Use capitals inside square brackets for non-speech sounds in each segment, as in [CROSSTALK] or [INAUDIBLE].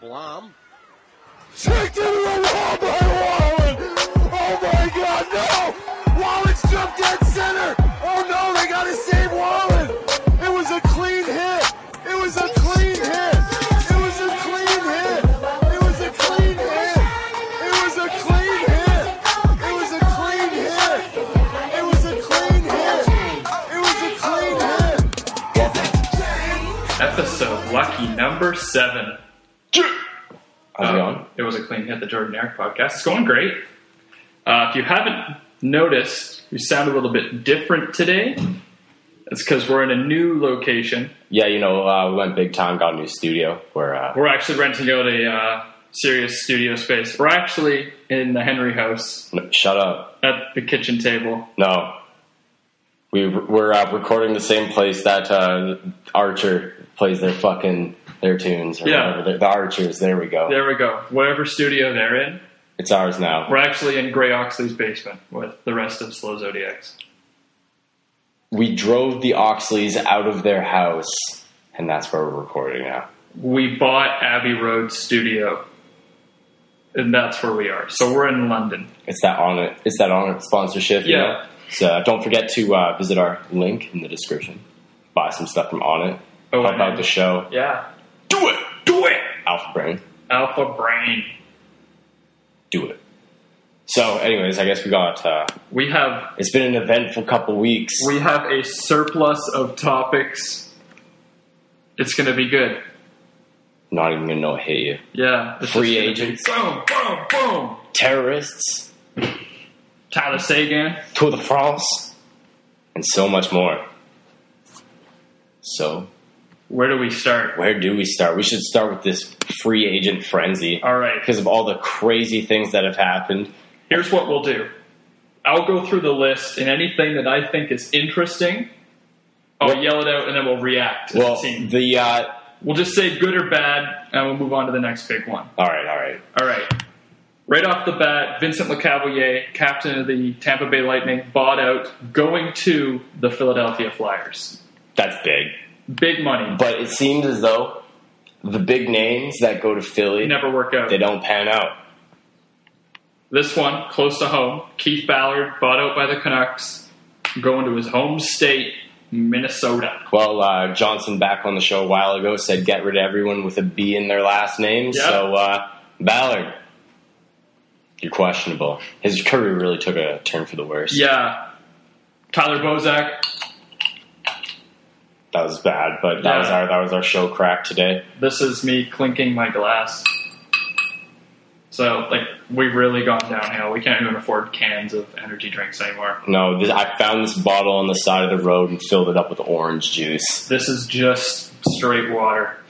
Blom. Checked into the wall by Wallen. Oh my God, no! Wallen's jumped dead center. Oh no, they gotta save Wallen. It was a clean hit. It was a clean hit. It was a clean hit. It was a clean hit. It was a clean hit. It was a clean hit. It was a clean hit. It was a clean hit. Episode lucky number seven. How's it Uh, going? It was a clean hit, the Jordan Eric podcast. It's going great. Uh, if you haven't noticed, we sound a little bit different today. It's because we're in a new location. Yeah, you know, uh, we went big time, got a new studio. Where uh, We're actually renting out a uh, serious studio space. We're actually in the Henry house n- shut up. at the kitchen table. No, we we're uh, recording the same place that uh, Archer plays their fucking their tunes. Or Yeah. whatever. The, the Archers. There we go. There we go. Whatever studio they're in, It's ours now. we're actually in Gray Oxley's basement with the rest of Slow Zodiacs. We drove the Oxleys out of their house, and that's where we're recording now. we bought Abbey Road Studio, and that's where we are. So we're in London. It's that on It's that on sponsorship. you Yeah. know? So don't forget to uh, visit our link in the description. Buy some stuff from On It. Oh, Help and- out the show. Yeah, Do it. Do it. Alpha Brain. Alpha Brain. do it. So, anyways, I guess we got. Uh, We have it's been an eventful couple weeks. we have a surplus of topics. It's gonna be good. Not even gonna know what hit you. Yeah, it's Free just gonna agents. Be boom, boom, boom. Terrorists, Tyler Sagan. Tour de France, and so much more. So, Where do we start? where do we start? We should start with this free agent frenzy All right. because of all the crazy things that have happened. here's what we'll do. I'll go through the list and anything that I think is interesting, I'll Well- yell it out and then we'll react. as it Well, seems. the uh, We'll just say good or bad, and we'll move on to the next big one. all right, all right. All right. Right off the bat, Vincent LeCavalier, captain of the Tampa Bay Lightning, bought out, going to the Philadelphia Flyers. That's big, Big money. but it seems as though the big names that go to Philly Never work out. they don't pan out. This one, close to home, Keith Ballard, bought out by the Canucks, going to his home state, Minnesota. Well, uh, Johnson back on the show a while ago said get rid of everyone with a B in their last name. Yeah. So, uh, Ballard, you're questionable. His career really took a turn for the worse. Yeah. Tyler Bozak, That was bad, but that Yeah. was our that was our show crack today. this is me clinking my glass. So, like, we've really gone downhill. We can't even afford cans of energy drinks anymore. No, this, I found this bottle on the side of the road and filled it up with orange juice. This is just straight water. [LAUGHS]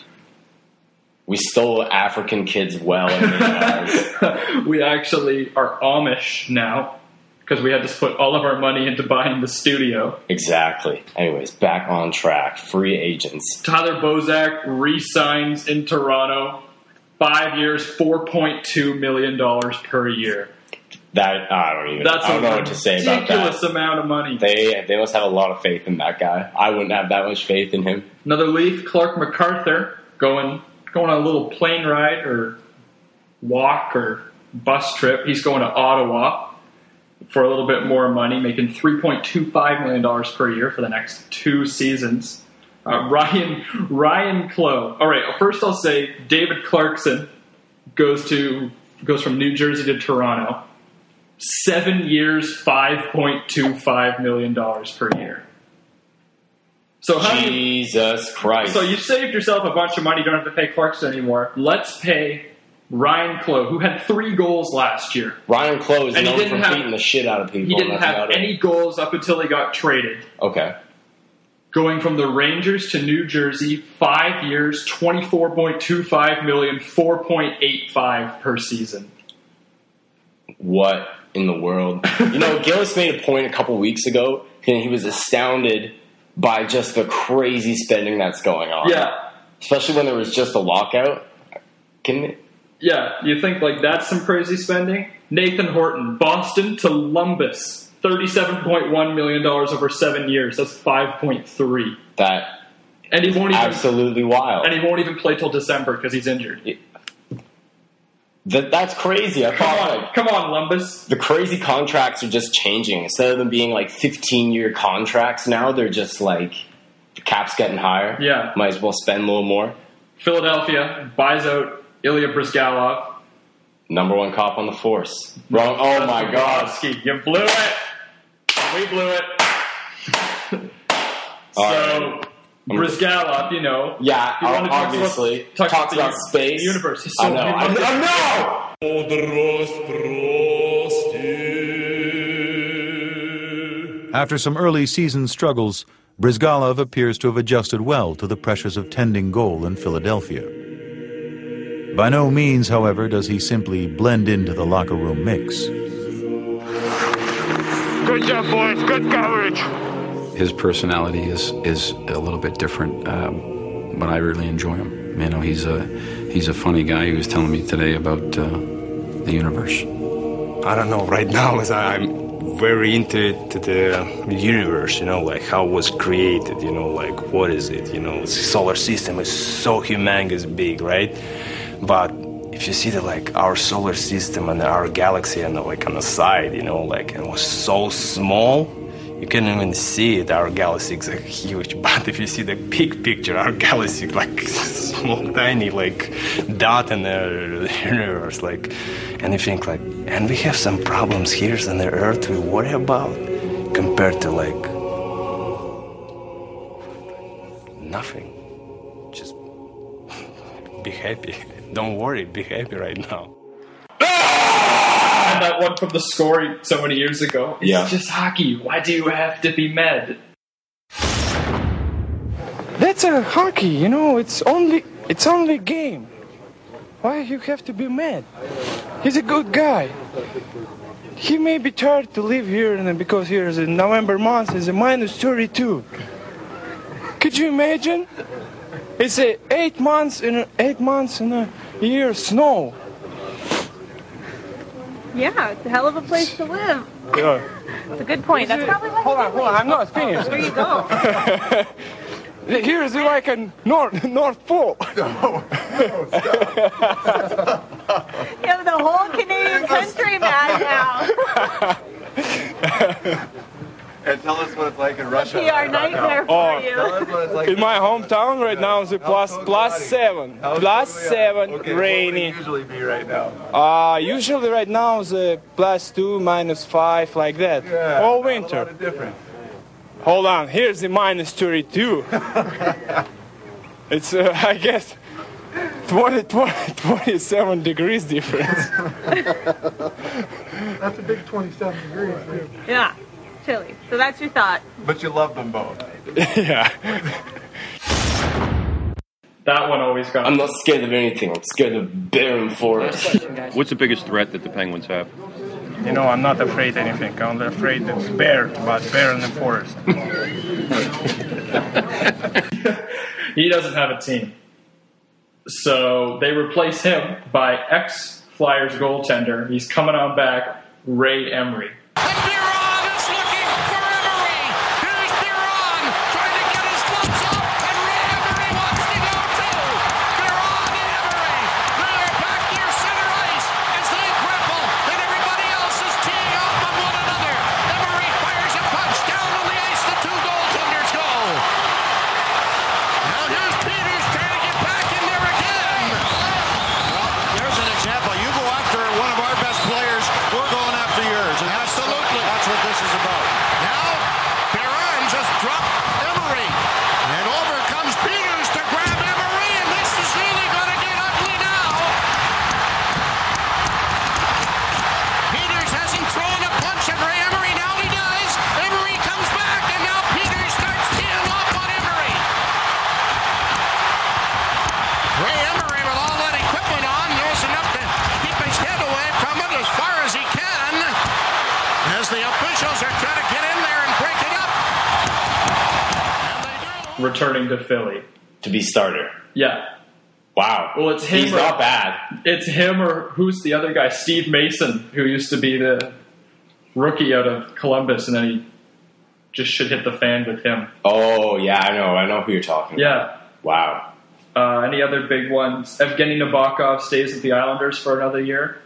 We stole African kids well. in [LAUGHS] their lives. we actually are Amish now because we had to put all of our money into buying the studio. exactly. Anyways, back on track. Free agents. Tyler Bozak re-signs in Toronto, five years, four point two million dollars per year. That I don't even. That's I don't a know what to say about that. ridiculous amount of money. They they must have a lot of faith in that guy. I wouldn't have that much faith in him. Another Leaf, Clark MacArthur, going going on a little plane ride or walk or bus trip. He's going to Ottawa for a little bit more money, making three point two five million dollars per year for the next two seasons. Uh, Ryan Ryan Klo. All right, first I'll say David Clarkson goes to goes from New Jersey to Toronto. Seven years, five point two five million dollars per year. So how do you Jesus Christ. so you saved yourself a bunch of money. You don't have to pay Clarkson anymore. Let's pay Ryan Klo, who had three goals last year. Ryan Close And he known for didn't have- beating the shit out of people. He didn't Nothing have about it. any goals up until he got traded. Okay. Going from the Rangers to New Jersey, five years, twenty-four point two five million, four point eight five per season. What in the world? you [LAUGHS] know, Gillis made a point a couple weeks ago, and he was astounded by just the crazy spending that's going on. Yeah, Especially when there was just a lockout. Can yeah. You think like that's some crazy spending? Nathan Horton, Boston to Columbus, thirty-seven point one million dollars over seven years. That's five point three, that and he won't even. absolutely wild. and he won't even play till December because he's injured. That that's crazy. I Come thought on, like come on, Lumbus. the crazy contracts are just changing. Instead of them being like 15 year contracts, now they're just like the cap's getting higher. Yeah. might as well spend a little more. Philadelphia buys out Ilya Brizgalov. Oh Number one cop on the force. Wrong. Oh my god. Bobrovsky, you blew it. We blew it. All so Brizgalov, you know, Yeah, You wanna talk obviously. about- talk Talks about about the space. universe. He's I so- know. [LAUGHS] I, I know. After some early season struggles, Brizgalov appears to have adjusted well to the pressures of tending goal in Philadelphia. By no means, however, does he simply blend into the locker room mix. Good job, boys. Good coverage. his personality is is a little bit different, um, but I really enjoy him. You know, he's a he's a funny guy. He was telling me today about uh, the universe. I don't know. Right now, is I- I'm very into to the universe. You know, like how it was created. You know, like what is it? You know, the solar system is so humongous big, right? But if you see the like our solar system and our galaxy and like on the side, you know, like it was so small. You couldn't even see it. Our galaxy is like, huge, [LAUGHS] but if you see the big picture, our galaxy is, like [LAUGHS] small, tiny, like dot in the [LAUGHS] universe, like, and you think like, and we have some problems here on the Earth we worry about, compared to like nothing. Just be happy. Don't worry. Be happy right now. had that one from the score so many years ago. It's Yeah. just hockey. Why do you have to be mad? That's a hockey, you know. It's only it's only game. Why you have to be mad? He's a good guy. He may be tired to live here and because here is in November month is a minus 32. Could you imagine? It's a eight months in a, eight months in a year snow. Yeah, it's a hell of a place to live. Yeah. It's a good point. That's probably why. Hold on, hold on. I'm not finished. There you go. Here is like a north [LAUGHS] North Pole. You have the whole Canadian country mad now. And tell us what it's like in PR nightmare for Oh. you. what it's like In my hometown right now is a plus cold plus are you? seven, plus seven, rainy. usually be right now? Uh, usually right now is a plus two, minus five, like that. All winter. difference. Hold on, here's the minus 32. it's, uh, I guess, 20, 20, 27 degrees difference. That's a big 27 degrees. Yeah, chilly. So that's your thought. But you love them both. yeah. That one always got. I'm not scared of anything. I'm scared of Baron Forest. What's the biggest threat that the Penguins have? You know, I'm not afraid anything. I'm afraid of bear, but bear in the forest. he doesn't have a team, so they replace him by ex Flyers goaltender. He's coming on back, Ray Emery. returning to Philly. to be starter. Yeah. Wow. Well, it's him He's or- not bad. It's him or who's the other guy? Steve Mason, who used to be the rookie out of Columbus, and then he just should hit the fan with him. Oh yeah, I know. I know who you're talking. Yeah. About. Wow. Uh, any other big ones? Evgeny Nabokov stays with the Islanders for another year.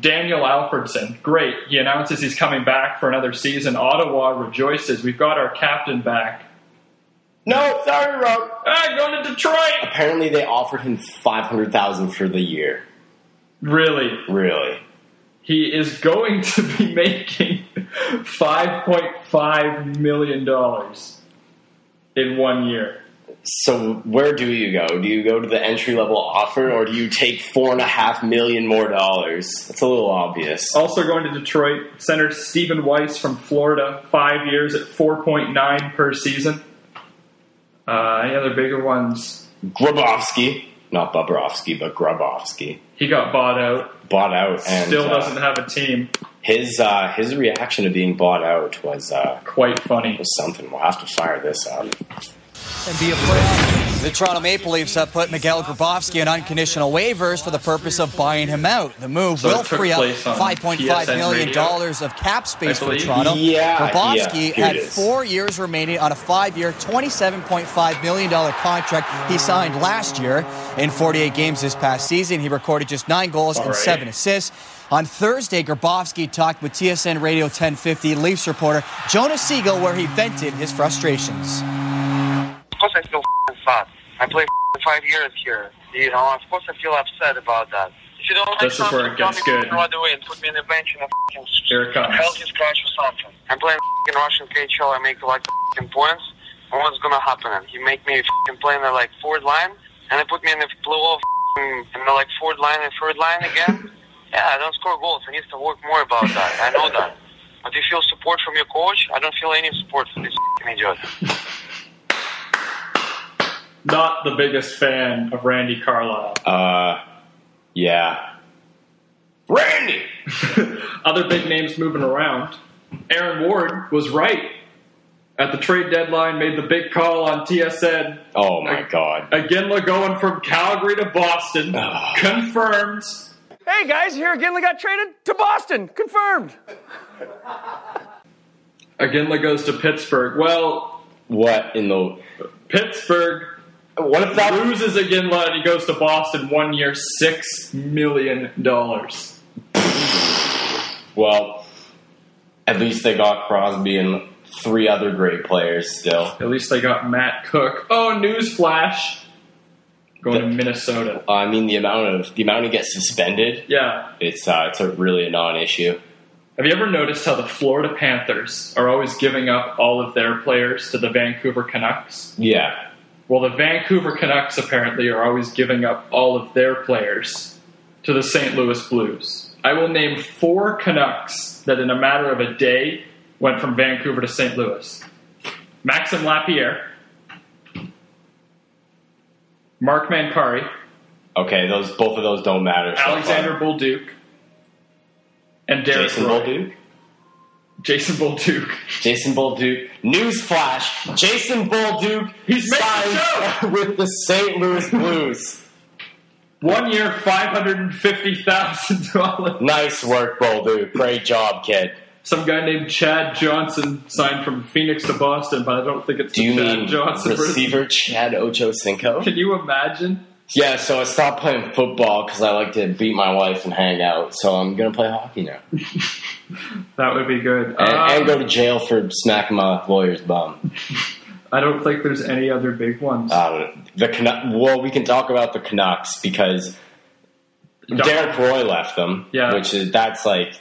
Daniel Alfredson, great. He announces he's coming back for another season. Ottawa rejoices. We've got our captain back. No, sorry, Rob. I'm going to Detroit. Apparently, they offered him five hundred thousand for the year. Really, Really? he is going to be [LAUGHS] making five point five million dollars in one year. So where do you go? Do you go to the entry level offer, or do you take four and a half million more dollars? That's a little obvious. Also going to Detroit, center Stephen Weiss from Florida, five years at four point nine per season. Uh, any other bigger ones? Grabowski, not Bobrovsky, but Grabowski, He got bought out. bought out, and Still uh, doesn't have a team. his uh, his reaction to being bought out was uh, Quite funny. was something. We'll have to fire this up. and be a player. The Toronto Maple Leafs have put Miguel Grabowski on unconditional waivers for the purpose of buying him out. The move So it will took free up place on 5.5 PSN million radio. dollars of cap space I for believe. Toronto. Yeah, yeah, Grabowski here it had is. four years remaining on a five-year, 27.5 million dollar contract he signed last year. In 48 games this past season, he recorded just nine goals and Alrighty. seven assists. On Thursday, Grabowski talked with TSN Radio 1050 Leafs reporter Jonas Siegel, where he vented his frustrations. Of course, I feel f***ing sad. I played f***ing five years here. You know, of course, I feel upset about that. If you don't like This is something, where it tell gets me good. f***ing right away and put me in a bench in a f***ing Here it comes. healthy scratch or something. I'm playing f***ing Russian KHL. I make like f***ing points. And what's gonna happen? And he make me f***ing play in the like forward line, and they put me in the blow off in the like forward line and third line again. yeah, I don't score goals. I need to work more about that. I know that. But you feel support from your coach? I don't feel any support from this f***ing idiot. Not the biggest fan of Randy Carlisle. [LAUGHS] Uh, yeah, Randy. Other big names moving around. Aaron Ward was right at the trade deadline, made the big call on TSN. Oh [LAUGHS] my god. Again, going from Calgary to Boston. Ah. Confirmed. Hey guys, here again. We got traded to Boston. Confirmed. Aginla goes to Pittsburgh. Well, What in the? Pittsburgh what if that- loses Aginla and he goes to Boston one year, six million dollars. Well, at least they got Crosby and three other great players still. At least they got Matt Cook. Oh, newsflash! Going to Minnesota. Uh, I mean, the amount of the amount he gets suspended, Yeah. it's uh, it's a really a non-issue. Have you ever noticed how the Florida Panthers are always giving up all of their players to the Vancouver Canucks? Yeah, Well, the Vancouver Canucks apparently are always giving up all of their players to the St. Louis Blues. I will name four Canucks that in a matter of a day went from Vancouver to St. Louis Maxim Lapierre, Mark Mancari, okay, those both of those don't matter. so far. Alexander Bolduc, and Derek Jason Roy. Bolduc. Jason Bolduc. [LAUGHS] Jason Bolduc. Newsflash: Jason Bolduc He's making signs [LAUGHS] with the St. Louis Blues. One year, five hundred and fifty thousand dollars. nice work, Bolduc. Great job, kid. Some guy named Chad Johnson signed from Phoenix to Boston, but I don't think it's Do you the Chad mean Johnson version. receiver Chad Ochocinco? Can you imagine? Yeah, so I stopped playing football because I like to beat my wife and hang out. So I'm gonna play hockey now and, That would be good. Um, and go to jail for smacking my lawyer's bum. I don't think there's any other big ones. Uh, the Canu- well, we can talk about the Canucks because Derek Roy left them. Yeah. which is that's like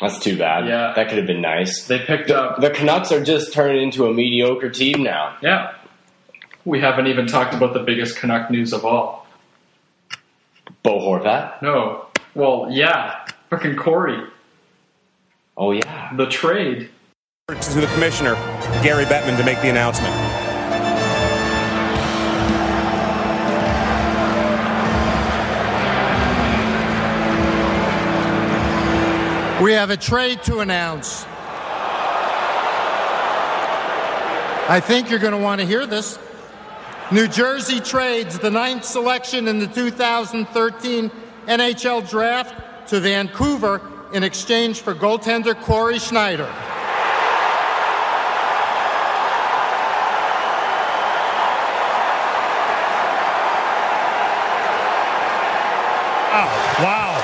that's too bad. Yeah. that could have been nice. they picked up. the Canucks are just turning into a mediocre team now. yeah. We haven't even talked about the biggest Canuck news of all. Bo Horvat. No. Well, yeah. Fucking Corey. Oh yeah, The trade. To the commissioner, Gary Bettman, to make the announcement. We have a trade to announce. I think you're going to want to hear this. New Jersey trades the ninth selection in the 2013 NHL draft to Vancouver in exchange for goaltender Corey Schneider. Wow. Oh, Wow.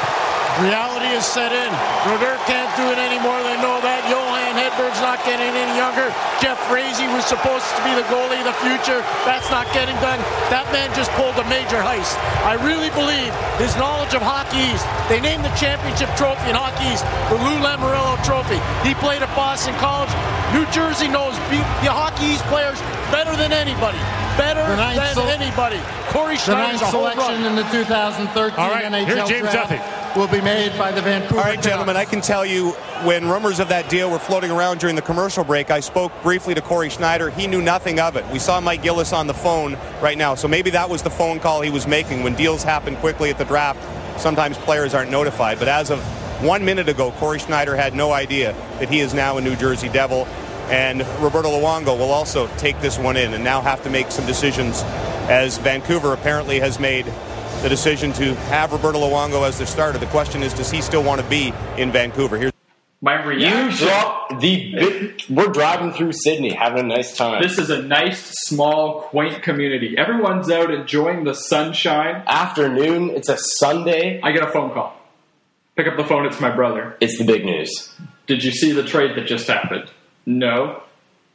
Reality is set in. Roger can't do it anymore. They know that. Johan Hedberg's not getting any younger. Jeff Frazee was supposed to be the goalie of the future. That's not getting done. That man just pulled a major heist. I really believe his knowledge of Hockey East. They named the championship trophy in Hockey East the Lou Lamoriello Trophy. He played at Boston College. New Jersey knows be- the Hockey East players better than anybody. Better The ninth than sel- anybody. Corey The Schneider's a ninth home run. selection in the 2013 All right, here's NHL James draft Duffy. will be made by the Vancouver. All right, gentlemen, I can tell you when rumors of that deal were floating around during the commercial break, I spoke briefly to Corey Schneider. He knew nothing of it. We saw Mike Gillis on the phone right now, so maybe that was the phone call he was making. When deals happen quickly at the draft, sometimes players aren't notified. But as of one minute ago, Corey Schneider had no idea that he is now a New Jersey Devil. And Roberto Luongo will also take this one in and now have to make some decisions as Vancouver apparently has made the decision to have Roberto Luongo as their starter. The question is, does he still want to be in Vancouver? Here's my You drop the. Big, we're driving through Sydney, having a nice time. This is a nice, small, quaint community. Everyone's out enjoying the sunshine. Afternoon. It's a Sunday. I get a phone call. Pick up the phone. It's my brother. It's the big news. Did you see the trade that just happened? No.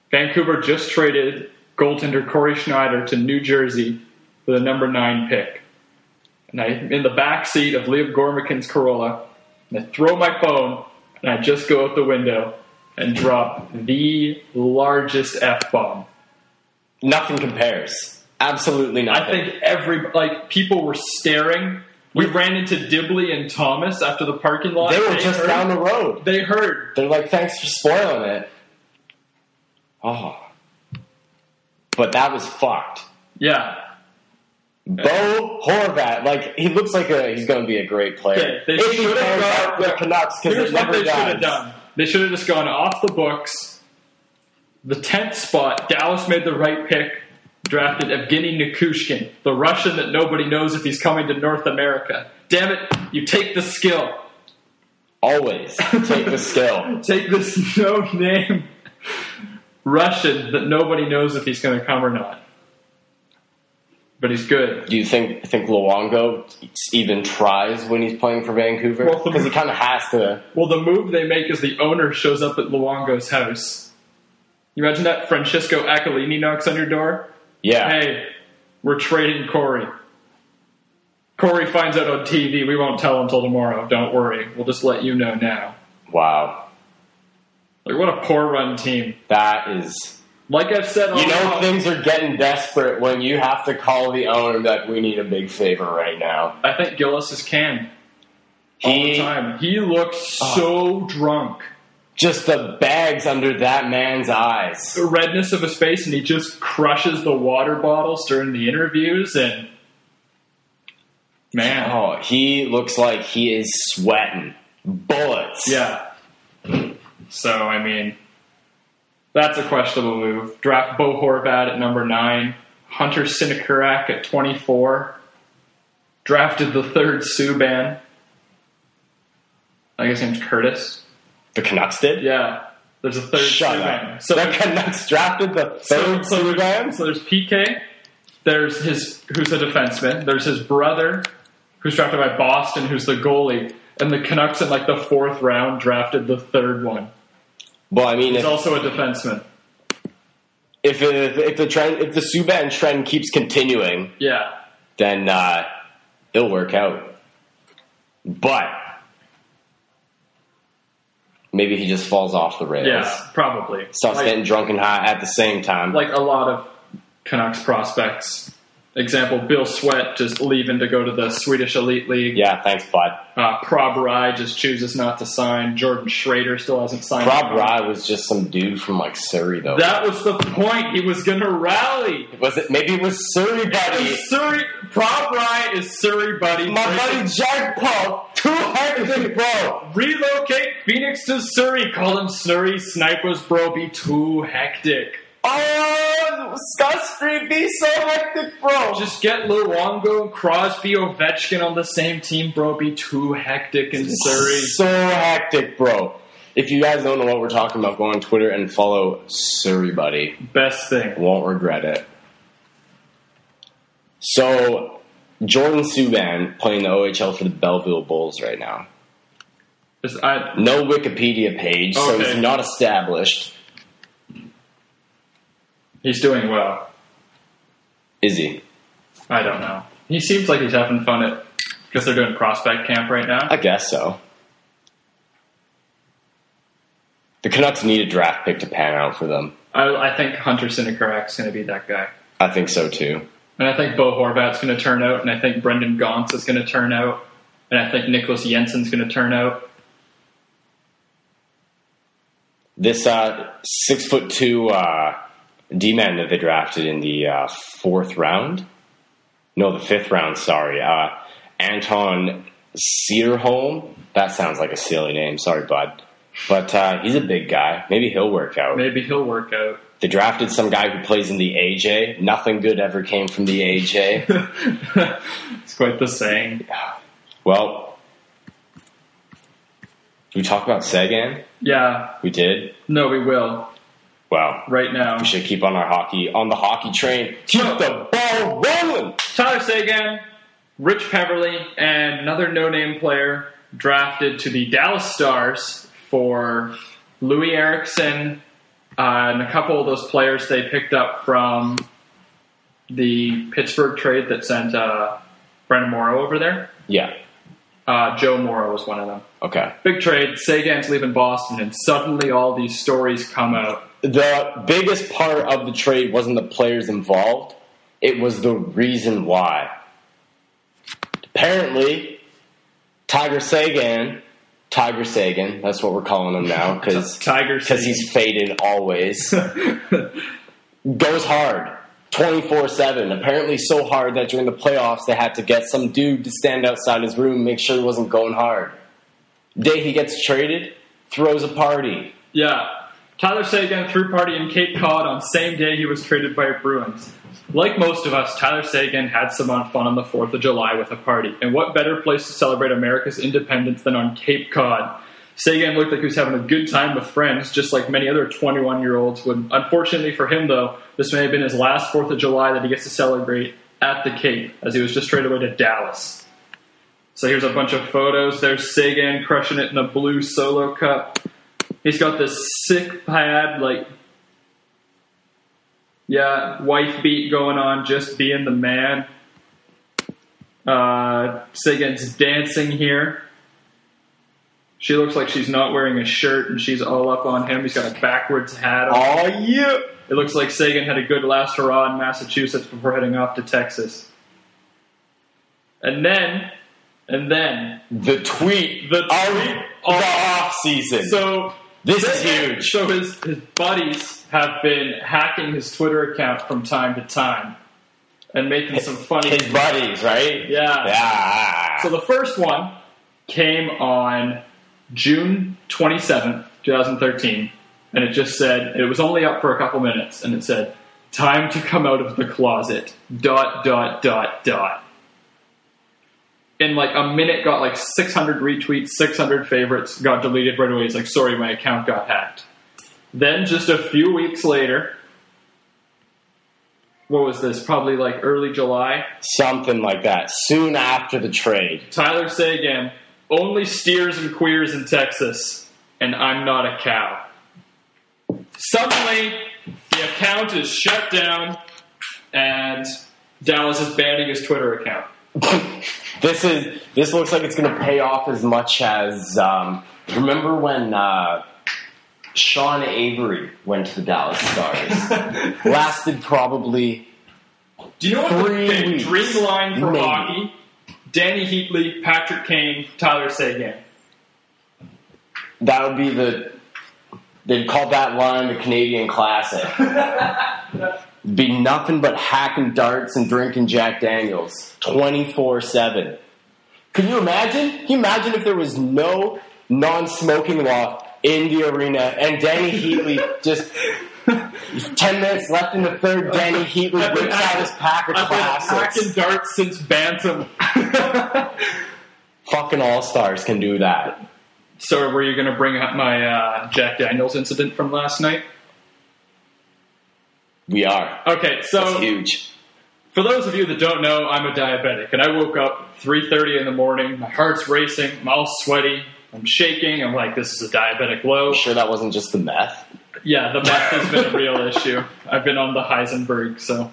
Vancouver just traded goaltender Corey Schneider to New Jersey for the number nine pick. And I, in the back seat of Liam Gormican's Corolla, and I throw my phone and I just go out the window and drop the largest f bomb. Nothing compares. Absolutely nothing. I think every like people were staring. We ran into Dibley and Thomas after the parking lot. They were just heard- down the road. They heard. They're like, thanks for spoiling it. Oh. But that was fucked. Yeah. Bo Horvat, like he looks like a, he's going to be a great player. They If he should plays have out for the Canucks because Here's it what never they should dies. have done. They should have just gone off the books. The tenth spot, Dallas made the right pick, drafted Evgeny Nikushkin, the Russian that nobody knows if he's coming to North America. Damn it, you take the skill. [LAUGHS] Always take the skill. Take this [LAUGHS] no name Russian that nobody knows if he's gonna come or not. But he's good. Do you think think Luongo even tries when he's playing for Vancouver? Well, the- Because he kind of has to. Well, the move they make is the owner shows up at Luongo's house. You imagine that Francisco Accolini knocks on your door? Yeah. Hey, we're trading Corey. Corey finds out on TV. We won't tell until tomorrow. Don't worry. We'll just let you know now. Wow, Like, what a poor run team. that is. Like I've said all You know along, things are getting desperate when you have to call the owner and be like, "We need a big favor right now." I think Gillis is canned all the He Uh. time. He looks so drunk. just the bags under that man's eyes. The redness of his face, and he just crushes the water bottles during the interviews. And man, Oh, he looks like he is sweating bullets. Yeah. So I mean, that's a questionable move. Draft Bo Horvat at number nine, Hunter Sinikurak at twenty-four. Drafted the third Subban. I guess his name's Curtis. The Canucks did. Yeah, there's a third Shut Subban. up. So So the Canucks drafted the so, third so Subban. there's, so there's PK. There's his who's a defenseman. There's his brother, who's drafted by Boston, who's the goalie. And the Canucks in like the fourth round drafted the third one. Well, I mean, He's if, also a defenseman. if, if if the trend if the Subban trend keeps continuing, Yeah. then uh, it'll work out. But maybe he just falls off the rails. Yeah, probably. Starts getting Like, drunk and high at the same time. like a lot of Canucks prospects. Example, Bill Sweat just leaving to go to the Swedish Elite League. yeah, thanks, bud. Uh, Prob Rai just chooses not to sign. Jordan Schrader still hasn't signed. Rob Rye was just some dude from like Surrey, though. That was the point. He was going to rally. was it. Maybe it was Surrey, buddy. Surrey, Prob Rai is Surrey, buddy. My buddy Jack Paul, two hundred bro. Relocate Phoenix to Surrey. Call him Surrey Snipers, bro. Be too hectic. Oh, Scott Street be so hectic, bro. Just get Luongo, Crosby, Ovechkin on the same team, bro. Be too hectic in Surrey. So hectic, bro. If you guys don't know what we're talking about, go on Twitter and follow Surrey Buddy. Best thing. Won't regret it. So Jordan Subban playing the OHL for the Belleville Bulls right now. no Wikipedia page, so Okay. he's not established. He's doing well. Is he? I don't know. He seems like he's having fun at because they're doing prospect camp right now. I guess so. The Canucks need a draft pick to pan out for them. I, I think Hunter Sinakarak's going to be that guy, I think so too. and I think Bo Horvat's going to turn out, and I think Brendan Gaunce is going to turn out, and I think Nicholas Jensen's going to turn out. This uh, six foot two uh, D man that they drafted in the uh, fourth round, no, the fifth round. Sorry, uh, Anton Cedarholm. That sounds like a silly name. Sorry, bud, but uh, he's a big guy. Maybe he'll work out. Maybe he'll work out. They drafted some guy who plays in the AJ. Nothing good ever came from the AJ. It's quite the saying. well, did we talk about Sagan? Yeah. We did. No, we will. Wow. Right now. We should keep on our hockey on the hockey train. Keep the ball rolling. Tyler Sagan, Rich Peverly, and another no-name player drafted to the Dallas Stars for Louis Erickson uh, and a couple of those players they picked up from the Pittsburgh trade that sent uh, Brendan Morrow over there. Yeah. Uh, Joe Morrow was one of them. Okay. Big trade. Sagan's leaving Boston, and suddenly all these stories come out. The biggest part of the trade wasn't the players involved. It was the reason why. Apparently, Tiger Sagan, Tiger Sagan, that's what we're calling him now because Tiger because he's faded [LAUGHS] always. goes hard 24-7 apparently so hard that during the playoffs they had to get some dude to stand outside his room make sure he wasn't going hard day he gets traded throws a party Yeah. Tyler Sagan threw party in Cape Cod on same day he was traded by Bruins. Like most of us, Tyler Sagan had some fun on the 4th of July with a party. And what better place to celebrate America's independence than on Cape Cod? Sagan looked like he was having a good time with friends, just like many other 21 year olds would. Unfortunately for him, though, this may have been his last 4th of July that he gets to celebrate at the Cape, as he was just traded away to Dallas. So here's a bunch of photos. There's Sagan crushing it in a blue solo cup. He's got this sick pad, like, yeah, wife beat going on, just being the man. Uh, Sagan's dancing here. She looks like she's not wearing a shirt and she's all up on him. He's got a backwards hat on. Oh, yeah. It looks like Sagan had a good last hurrah in Massachusetts before heading off to Texas. And then, and then, the tweet the tweet of the off season so This is Sagan- huge. So his his buddies have been hacking his Twitter account from time to time and making some funny his buddies right Ah, Yeah. yeah So the first one came on June twenty seventh, two thousand thirteen, and it just said it was only up for a couple minutes, and it said, "Time to come out of the closet." Dot dot dot dot. in like a minute got like 600 retweets, 600 favorites, got deleted right away. He's like, sorry, my account got hacked. Then just a few weeks later, what was this? Probably like early July. something like that soon after the trade Tyler Sagan only steers and queers in Texas, and I'm not a cow. Suddenly, the account is shut down, and Dallas is banning his Twitter account. [LAUGHS] This is this looks like it's going to pay off as much as um, remember when uh, Sean Avery went to the Dallas Stars. Lasted probably Do you know what Three the big weeks, dream line for maybe. hockey? Danny Heatley, Patrick Kane, Tyler Sagan. that would be the they'd call that line the Canadian [LAUGHS] Classic. be nothing but hacking darts and drinking Jack Daniels twenty four seven. Can you imagine? Can you imagine if there was no non-smoking law in the arena and Danny Heatley [LAUGHS] just ten minutes left in the third, Danny Heatley I've been rips out hacking- his pack of I've been hacking classics. darts since Bantam. Fucking all stars can do that. So, were you going to bring up my uh, Jack Daniels incident from last night? We are. Okay, so Oh. That's huge. For those of you that don't know, I'm a diabetic, and I woke up 3:30 in the morning. My heart's racing. I'm all sweaty. I'm shaking. I'm like, this is a diabetic low. sure that wasn't just the meth? Yeah, the meth has been a real issue. I've been on the Heisenberg, so.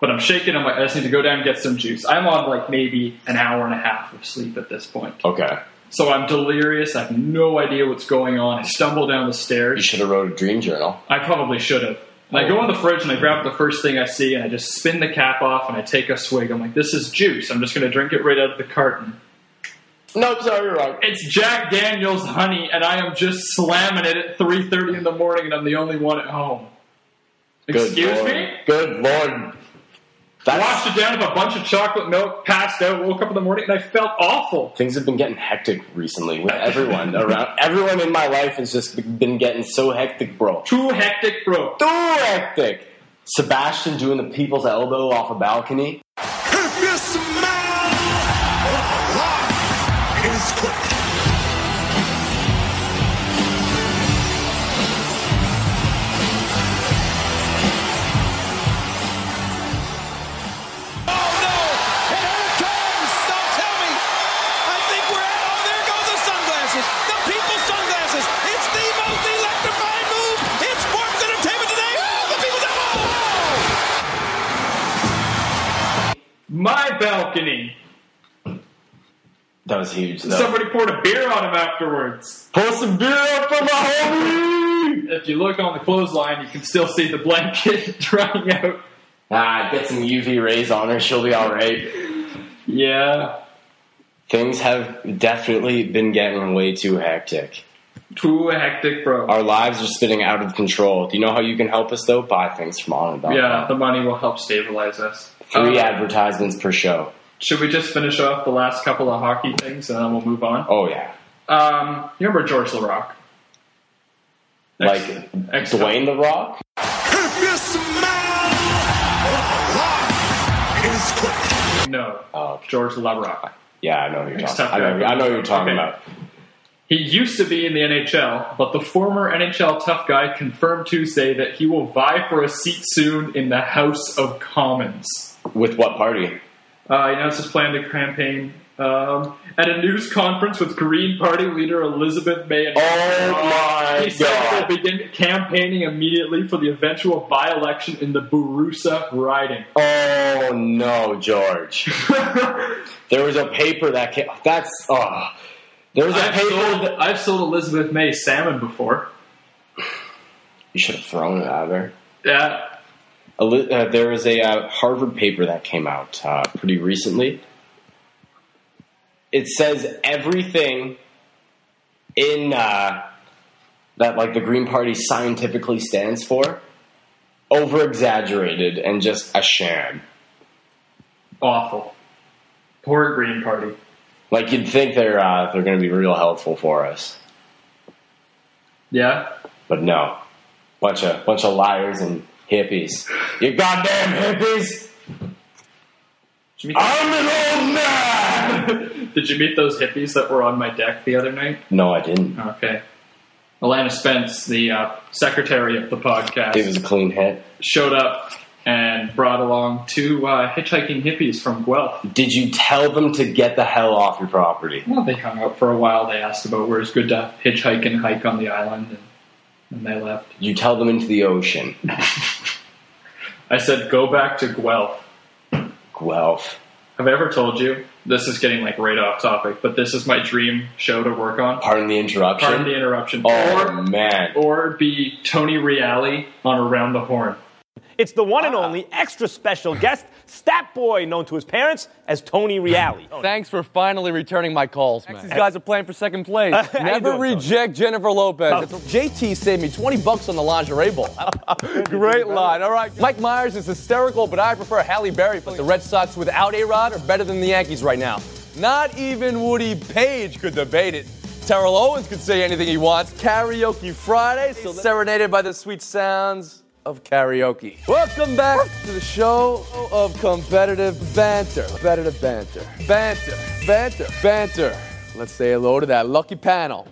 But I'm shaking. I'm like, I just need to go down and get some juice. I'm on like maybe an hour and a half of sleep at this point. Okay. So I'm delirious. I have no idea what's going on. I stumble down the stairs. You should have wrote a dream journal. I probably should have. And I go in the fridge and I grab the first thing I see and I just spin the cap off and I take a swig. I'm like, this is juice. I'm just going to drink it right out of the carton. No, sorry, you're wrong. It's Jack Daniels honey, and I am just slamming it at 3.30 in the morning and I'm the only one at home. Excuse Good Lord. me? Good lord. I washed it down with a bunch of chocolate milk, passed out, woke up in the morning, and I felt awful. Things have been getting hectic recently with everyone around. Everyone in my life has just been getting so hectic, bro. Too hectic, bro. Too hectic. Sebastian doing the people's elbow off a balcony. If you smell what is cooking. Oh no! And here it comes! Don't tell me! I think we're at. Oh, there go the sunglasses! The people's sunglasses! It's the most electrifying move in sports entertainment today! Oh, the people's elbow! My balcony. That was huge. Though. Somebody poured a beer on him afterwards. Pour some beer up for my homie! If you look on the clothesline, you can still see the blanket [LAUGHS] drying out. Ah, get some UV rays on her. She'll be all right. Yeah, Things have definitely been getting way too hectic. too hectic, bro. Our lives are spinning out of control. Do you know how you can help us though? Buy things from Onondaga. Yeah, the money will help stabilize us. Three Uh, advertisements per show. Should we just finish off the last couple of hockey things and then we'll move on? Oh yeah. Um, you remember George LaRock? Like Dwayne the Rock? If you smell what is cooking. No, Oh, okay. George LaRock. Yeah, I know who you're Next talking. up, I know, I know who you're talking okay. about. He used to be in the NHL, but the former NHL tough guy confirmed Tuesday that he will vie for a seat soon in the House of Commons. With what party? Uh, he announced his plan to campaign um, at a news conference with Green Party leader Elizabeth May. And Oh my he said God. he will begin campaigning immediately for the eventual by-election in the Burusa riding. Oh no, [LAUGHS] George. there was a paper that came. That's oh. There was a I've paper. sold, that- I've sold Elizabeth May salmon before. you should have thrown it out of there. Yeah, A li- Uh, there was a uh, Harvard paper that came out uh, pretty recently. It says everything in uh, that like the Green Party scientifically stands for over exaggerated and just a sham. awful. Poor Green Party. Like you'd think they're uh, they're going to be real helpful for us, Yeah, [LAUGHS] but no, bunch of bunch of liars and hippies. You goddamn hippies! Did you, I'm an old man. meet, did you meet those hippies that were on my deck the other night? No, I didn't. Okay. Alana Spence, the uh, secretary of the podcast, It was a clean hit. showed up and brought along two uh, hitchhiking hippies from Guelph. Did you tell them to get the hell off your property? Well, they hung out for a while. They asked about where it's good to hitchhike and hike on the island, and, and they left. You tell them into the ocean. I said, go back to Guelph. Guelph. Have I ever told you? This is getting like right off topic, but this is my dream show to work on. Pardon the interruption. Pardon the interruption. oh man. or, or be Tony Reale on Around the Horn. It's the one and only extra special guest, Stat Boy, known to his parents as Tony Reale. Thanks for finally returning my calls, man. These guys are playing for second [LAUGHS] place. How you Never doing, Tony? reject Jennifer Lopez. JT saved me 20 bucks on the lingerie bowl. Great line. All right. Mike Myers is hysterical, but I prefer Halle Berry. But the Red Sox without A-Rod are better than the Yankees right now. Not even Woody Page could debate it. Terrell Owens could say anything he wants. Karaoke Friday, so serenaded by the sweet sounds of karaoke. Welcome back to the show of competitive banter. Competitive banter. Banter. Banter. Banter. Let's say hello to that lucky panel.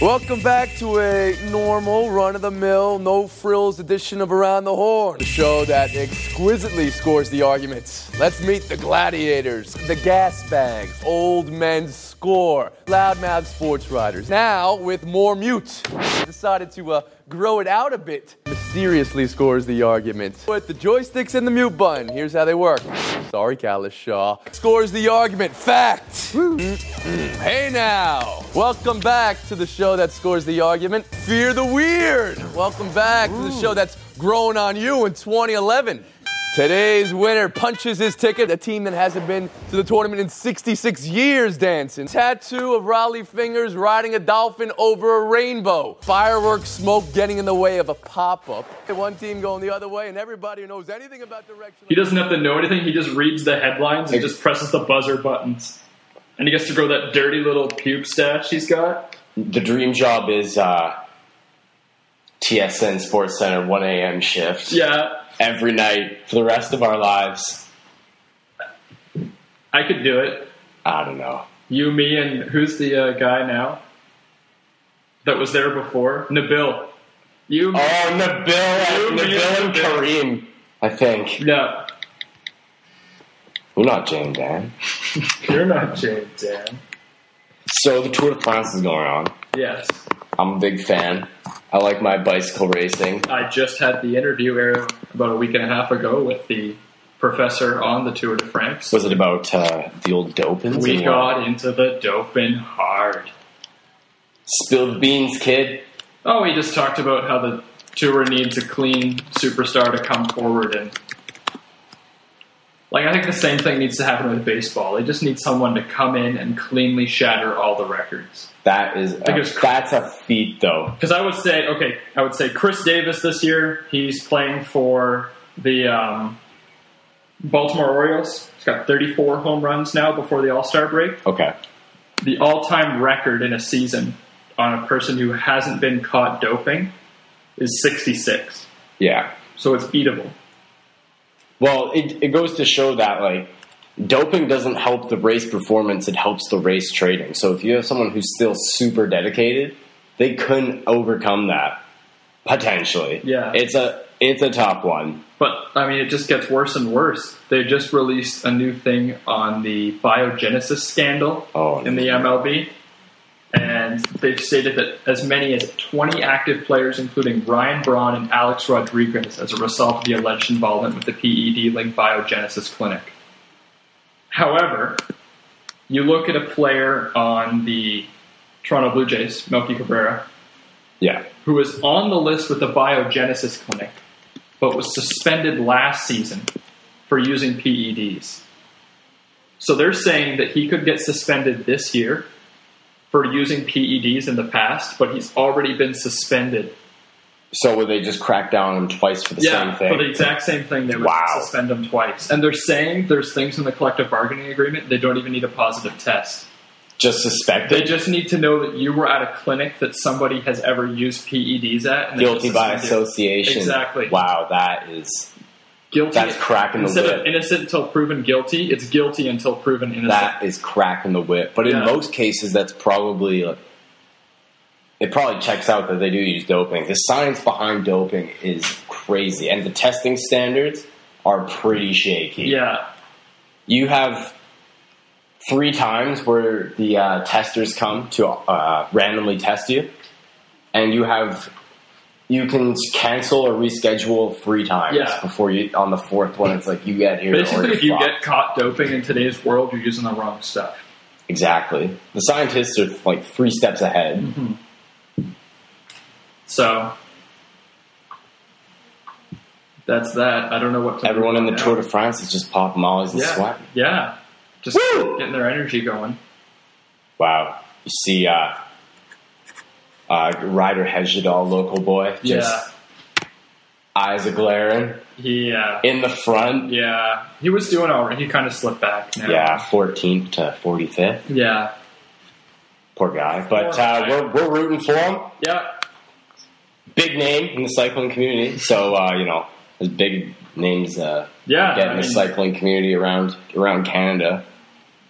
Welcome back to a normal, run of the mill, no frills edition of Around the Horn, the show that exquisitely scores the arguments. Let's meet the gladiators, the gas bags, old men score, loudmouth sports writers. Now, with more mute, decided to uh, grow it out a bit. Mysteriously scores the argument. With the joysticks and the mute button, here's how they work. Sorry, Callis Shaw. Scores the argument. Fact. Mm-mm. Hey now. Welcome back to the show that scores the argument. Fear the weird. Welcome back to the show that's grown on you in 2011. Today's winner punches his ticket, a team that hasn't been to the tournament in 66 years dancing. Tattoo of Raleigh fingers riding a dolphin over a rainbow. Fireworks smoke getting in the way of a pop up. One team going the other way, and everybody who knows anything about direction. He doesn't have to know anything. He just reads the headlines and just presses the buzzer buttons. And he gets to grow that dirty little pube stash he's got. The dream job is uh, TSN Sports Center 1 a.m. shift. Yeah. Every night for the rest of our lives. I could do it. I don't know. You, me, and who's the uh, guy now that was there before? Nabil. You. Oh, Nabil. Nabil and Kareem, I think. No. We're not Jane Dan. You're not Jane Dan. So the Tour de France is going on. Yes. I'm a big fan. I like my bicycle racing. I just had the interview Aaron, about a week and a half ago with the professor on the Tour de France. Was it about uh, the old dopins? We and what? got into the doping hard. Spill the beans, kid. Oh, he just talked about how the tour needs a clean superstar to come forward and. Like, I think the same thing needs to happen with baseball. They just need someone to come in and cleanly shatter all the records. That is think it was- that's a feat, though. Because I would say, okay, I would say Chris Davis this year. He's playing for the um, Baltimore Orioles. He's got 34 home runs now before the All Star break. Okay. The all time record in a season on a person who hasn't been caught doping is 66. Yeah. So it's beatable. Well, it, it goes to show that like doping doesn't help the race performance; it helps the race trading. So if you have someone who's still super dedicated, they couldn't overcome that potentially. Yeah. it's a it's a top one. But I mean, it just gets worse and worse. They just released a new thing on the biogenesis scandal in the MLB, and they've stated that as many as 20 active players, including Ryan Braun and Alex Rodriguez, as a result of the alleged involvement with the PED-linked biogenesis clinic. However, you look at a player on the Toronto Blue Jays, Melky Cabrera, Yeah, who is on the list with the biogenesis clinic but was suspended last season for using PEDs. So they're saying that he could get suspended this year for using PEDs in the past, but he's already been suspended. So would they just crack down on him twice for the yeah, same thing? for the exact same thing, they would Wow. suspend him twice. And they're saying there's things in the collective bargaining agreement they don't even need a positive test. just suspected. They just need to know that you were at a clinic that somebody has ever used PEDs at. And they guilty just by suspend you. association. Exactly. Wow, that is Guilty. That's cracking the Instead whip. of innocent until proven guilty, it's guilty until proven innocent. that is cracking the whip. But Yeah. in most cases, that's probably like, it. Probably checks out that they do use doping. The science behind doping is crazy, and the testing standards are pretty shaky. Yeah. you have three times where the uh, testers come to uh, randomly test you, and you have you can cancel or reschedule three times Yeah. before you on the fourth one. It's like you get here. or Basically, you're if you fucked. get caught doping in today's world, you're using the wrong stuff. Exactly. The scientists are like three steps ahead. Mm-hmm. So that's that. I don't know what to Everyone in the Tour de France is just popping mollies and yeah. sweat. Yeah. Just getting their energy going. Wow. You see, uh, uh, Ryder Hejidal, local boy, just eyes are glaring Yeah. uh, in the front. Yeah. He was doing all right. He kind of slipped back now. Yeah, 14th to 45th. Yeah. Poor guy. But Poor uh, guy. we're, we're rooting for him. Yeah. Big name in the cycling community. So, uh, you know, there's big names uh, Yeah, getting I the mean- cycling community around around Canada.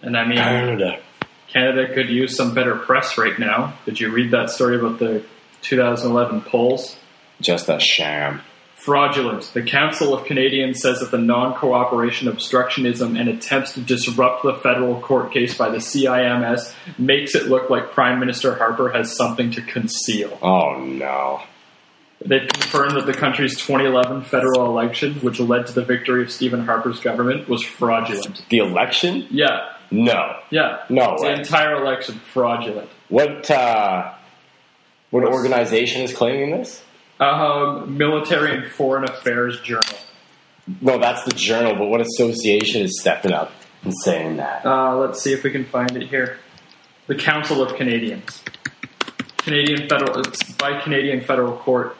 And I mean, Canada. Canada could use some better press right now. Did you read that story about the 2011 polls? Just a sham. Fraudulent. The Council of Canadians says that the non cooperation, obstructionism, and attempts to disrupt the federal court case by the CIMS makes it look like Prime Minister Harper has something to conceal. Oh no. They've confirmed that the country's 2011 federal election, which led to the victory of Stephen Harper's government, was fraudulent. The election? Yeah, No. yeah. No The way. entire election, fraudulent. What uh, what organization is claiming this? Um, military and Foreign Affairs Journal. No, that's the journal. But what association is stepping up and saying that? Uh, let's see if we can find it here. The Council of Canadians. Canadian federal, it's by Canadian federal court.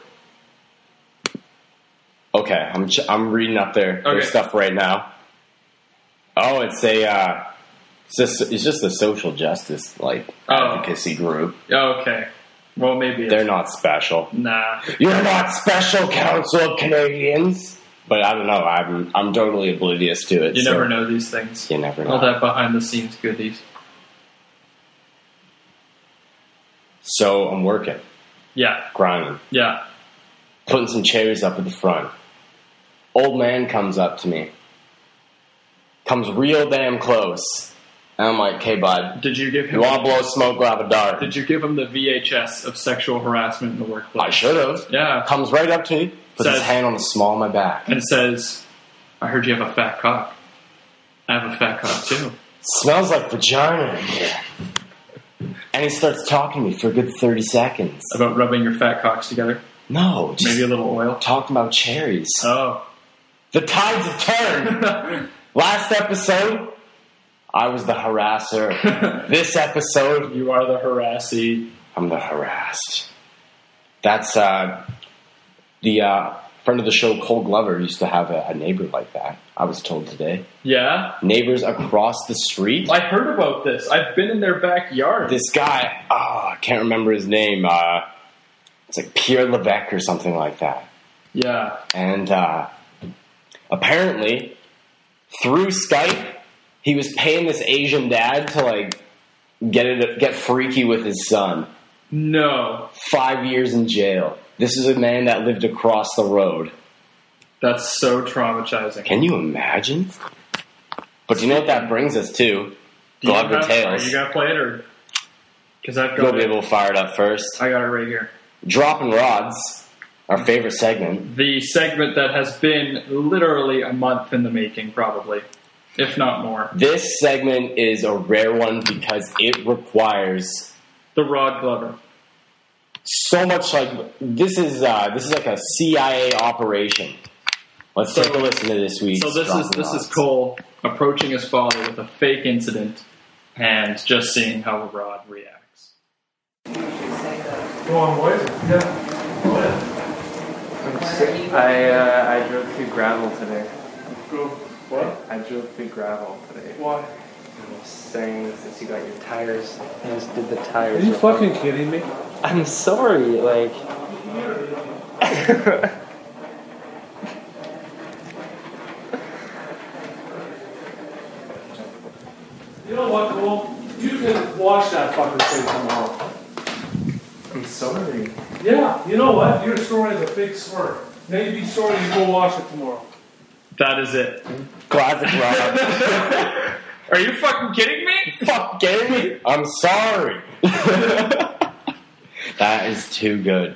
Okay, I'm ch- I'm reading up their, their Okay. stuff right now. Oh, it's a uh, it's just it's just a social justice like Oh. advocacy group. Okay. Well, maybe. They're not special. Nah. You're not special, Council of Canadians. But I don't know. I'm I'm totally oblivious to it. You so never know these things. You never All know. that behind the scenes goodies. So I'm working, Yeah, grinding. yeah. putting some chairs up at the front. Old man comes up to me, comes real damn close, and I'm like, "Hey, bud, Did you give him? you want to blow smoke? Grab a dart." Did you give him the VHS of sexual harassment in the workplace? I should have. Yeah. Comes right up to me, puts Says- his hand on the small of my back, And it says, "I heard you have a fat cock. I have a fat cock too." smells like vagina in here. And he starts talking to me for a good thirty seconds. About rubbing your fat cocks together. No, just Maybe a little oil. talking about cherries. Oh. [LAUGHS] The tides have turned. Last episode, I was the [LAUGHS] harasser. this episode, you are the harassee. I'm the harassed. That's uh, the uh, friend of the show, Cole Glover, used to have a, a neighbor like that. I was told today. Yeah. Neighbors across the street. I heard about this. I've been in their backyard. This guy, oh, I can't remember his name. Uh, it's like Pierre Levesque or something like that. Yeah. And uh, apparently, through Skype, he was paying this Asian dad to like get it get freaky with his son. No. Five years in jail. This is a man that lived across the road. That's so traumatizing. Can you imagine? But you know what that brings us to? Do you Glover have- Are Tales. you gonna play it or? Because I've You'll got be it. able to fire it up first. I got it right here. Dropping Rods, our favorite segment. The segment that has been literally a month in the making, probably, if not more. This segment is a rare one because it requires The Rod Glover. so much like this is uh, this is like a CIA operation. Let's take a listen to this week's. So this is Dropping this is Rods. Cole approaching his father with a fake incident and just seeing how Rod reacts. Go on, boys. Yeah. I uh, I drove through gravel today. What? I drove through gravel today. Why? I'm saying since you got your tires, I just did the tires. Are you We're fucking fine. kidding me? I'm sorry, like. You know what, Cole? You can wash that fucking thing tomorrow. I'm sorry. Yeah, you know what? Your story is a big swerve. Maybe sorry you go wash it tomorrow. That is it. Classic [LAUGHS] Rob. Are you fucking kidding me? Fuck, kidding me? I'm sorry. [LAUGHS] that is too good.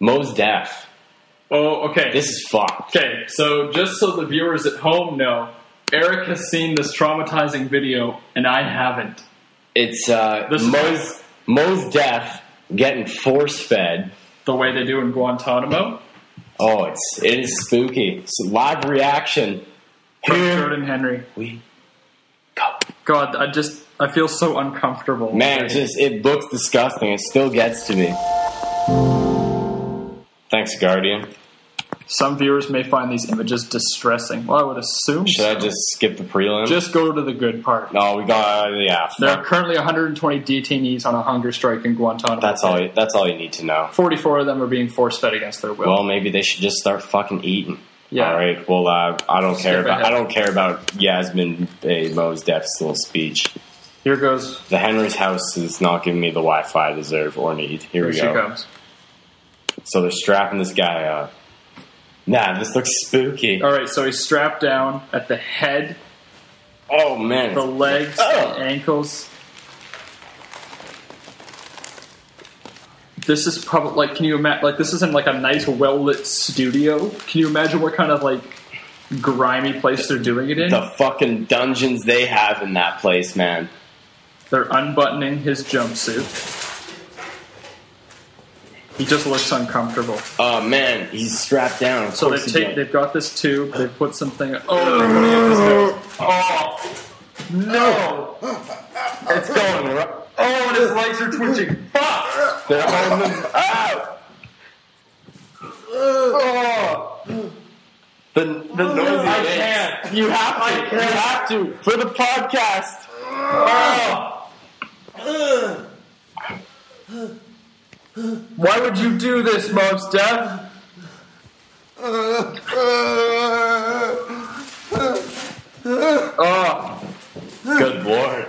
Mo's deaf. Oh, okay. This is fucked. Okay, so just so the viewers at home know, Eric has seen this traumatizing video and I haven't. It's uh, This is- Mo's Mo's deaf getting force fed. The way they do in Guantanamo. Oh, it's it is spooky. It's a live reaction. From Jordan Henry. We go. God, I just I feel so uncomfortable. Man, it just it looks disgusting. It still gets to me. Thanks, Guardian. Some viewers may find these images distressing. Well, I would assume Should I so. just skip the prelim? Just go to the good part. no, we got yeah. There are fuck. currently 120 detainees on a hunger strike in Guantanamo. That's all. You, that's all you need to know. 44 of them are being force fed against their will. Well, maybe they should just start fucking eating. Yeah. All right. Well, uh, I don't Skip care about. ahead. I don't care about Yasmin Mo's deaf little speech. Here goes. The Henry's house is not giving me the Wi-Fi I deserve or need. Here, we she go. comes. So they're strapping this guy up. Nah, this looks spooky. All right, so he's strapped down at the head. Oh man! The legs, the ankles. This is probably like, can you imagine? Like, this isn't like a nice, well lit studio. Can you imagine what kind of like grimy place they're doing it in? The fucking dungeons they have in that place, man. They're unbuttoning his jumpsuit. He just looks uncomfortable. Oh man, he's strapped down. Of So course they've, he take, did. they've got this tube, they've put something. Oh, No! It's going right. Oh, and his legs are twitching. Ah! Fuck! They're holding him out. Ah! The, the noisy I bits. can't. You have to. I You can't. have to for the podcast. Why would you do this, [LAUGHS] Mobster? Oh, good lord.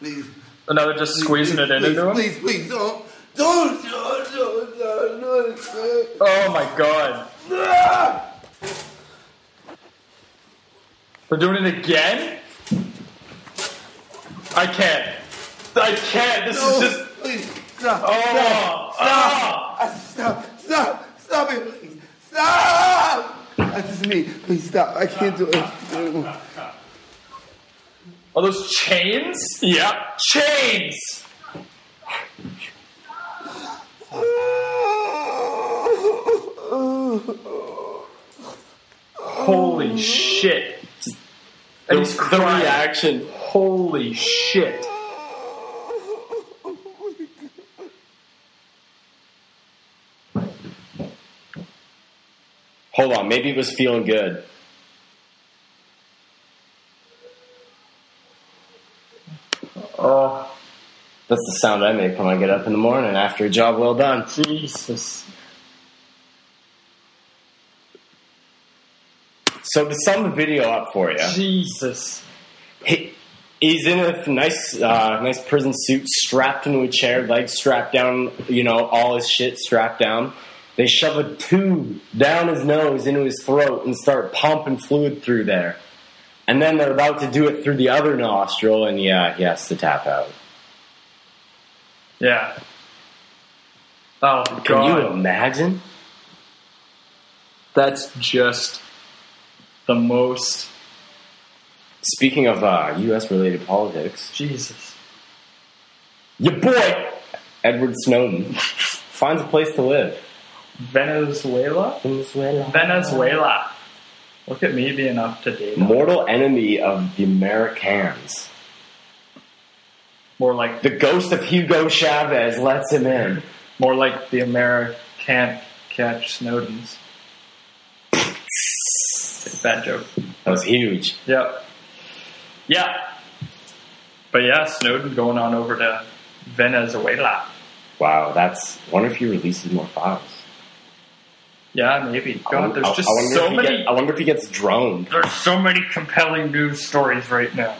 and now they're just squeezing it into him. Please, please, don't. Don't, don't, don't, don't, don't. Oh my god. They're doing it again? I can't. I can't. This is just. Please, stop. Oh, stop. Uh, Stop. Stop. Stop. Stop it, please. Stop. This is me. Please stop. I can't do it. Are those chains? Yeah. Chains! Holy shit. And he's The crying. reaction. Holy shit. Hold on, maybe it was feeling good. Oh, That's the sound I make when I get up in the morning after a job well done. Jesus. So to sum the video up for you, Jesus, he, he's in a nice, uh, nice prison suit, strapped into a chair, legs strapped down, you know, all his shit strapped down. They shove a tube down his nose into his throat and start pumping fluid through there. And then they're about to do it through the other nostril, and yeah, he has to tap out. Yeah. Oh, Can God. you imagine? That's just the most. Speaking of uh, U.S. related politics, Jesus, your boy Edward Snowden finds a place to live. Venezuela? Venezuela. Venezuela. Look at me being up to date. Mortal enemy of the Americans. More like The ghost of Hugo Chavez lets him in. more like the America can't catch Snowden's. Bad joke. That was huge. Yep. Yeah. But yeah, Snowden going on over to Venezuela. Wow, that's. Wonder if he releases more files. Yeah, maybe. I God, wonder- there's I- just I wonder so if he get- many. I wonder if he gets droned. There's so many compelling news stories right now.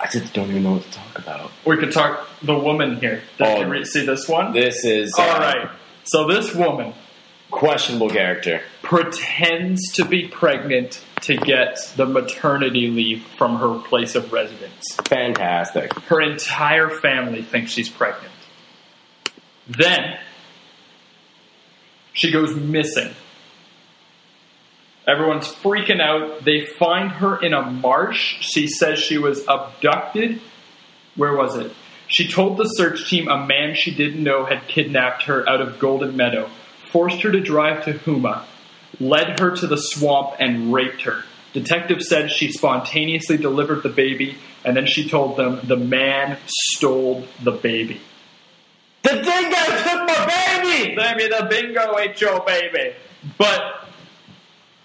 I just don't even know what to talk about. We could talk the woman here. Did Oh. you re- see this one? This is uh, All right. So this woman questionable character. pretends to be pregnant to get the maternity leave from her place of residence. Fantastic. Her entire family thinks she's pregnant. Then she goes missing. Everyone's freaking out. They find her in a marsh. She says she was abducted. Where was it? She told the search team a man she didn't know had kidnapped her out of Golden Meadow, forced her to drive to Huma, led her to the swamp, and raped her. Detective said she spontaneously delivered the baby, and then she told them the man stole the baby. The dingo took my baby! Baby, the bingo ate your baby. But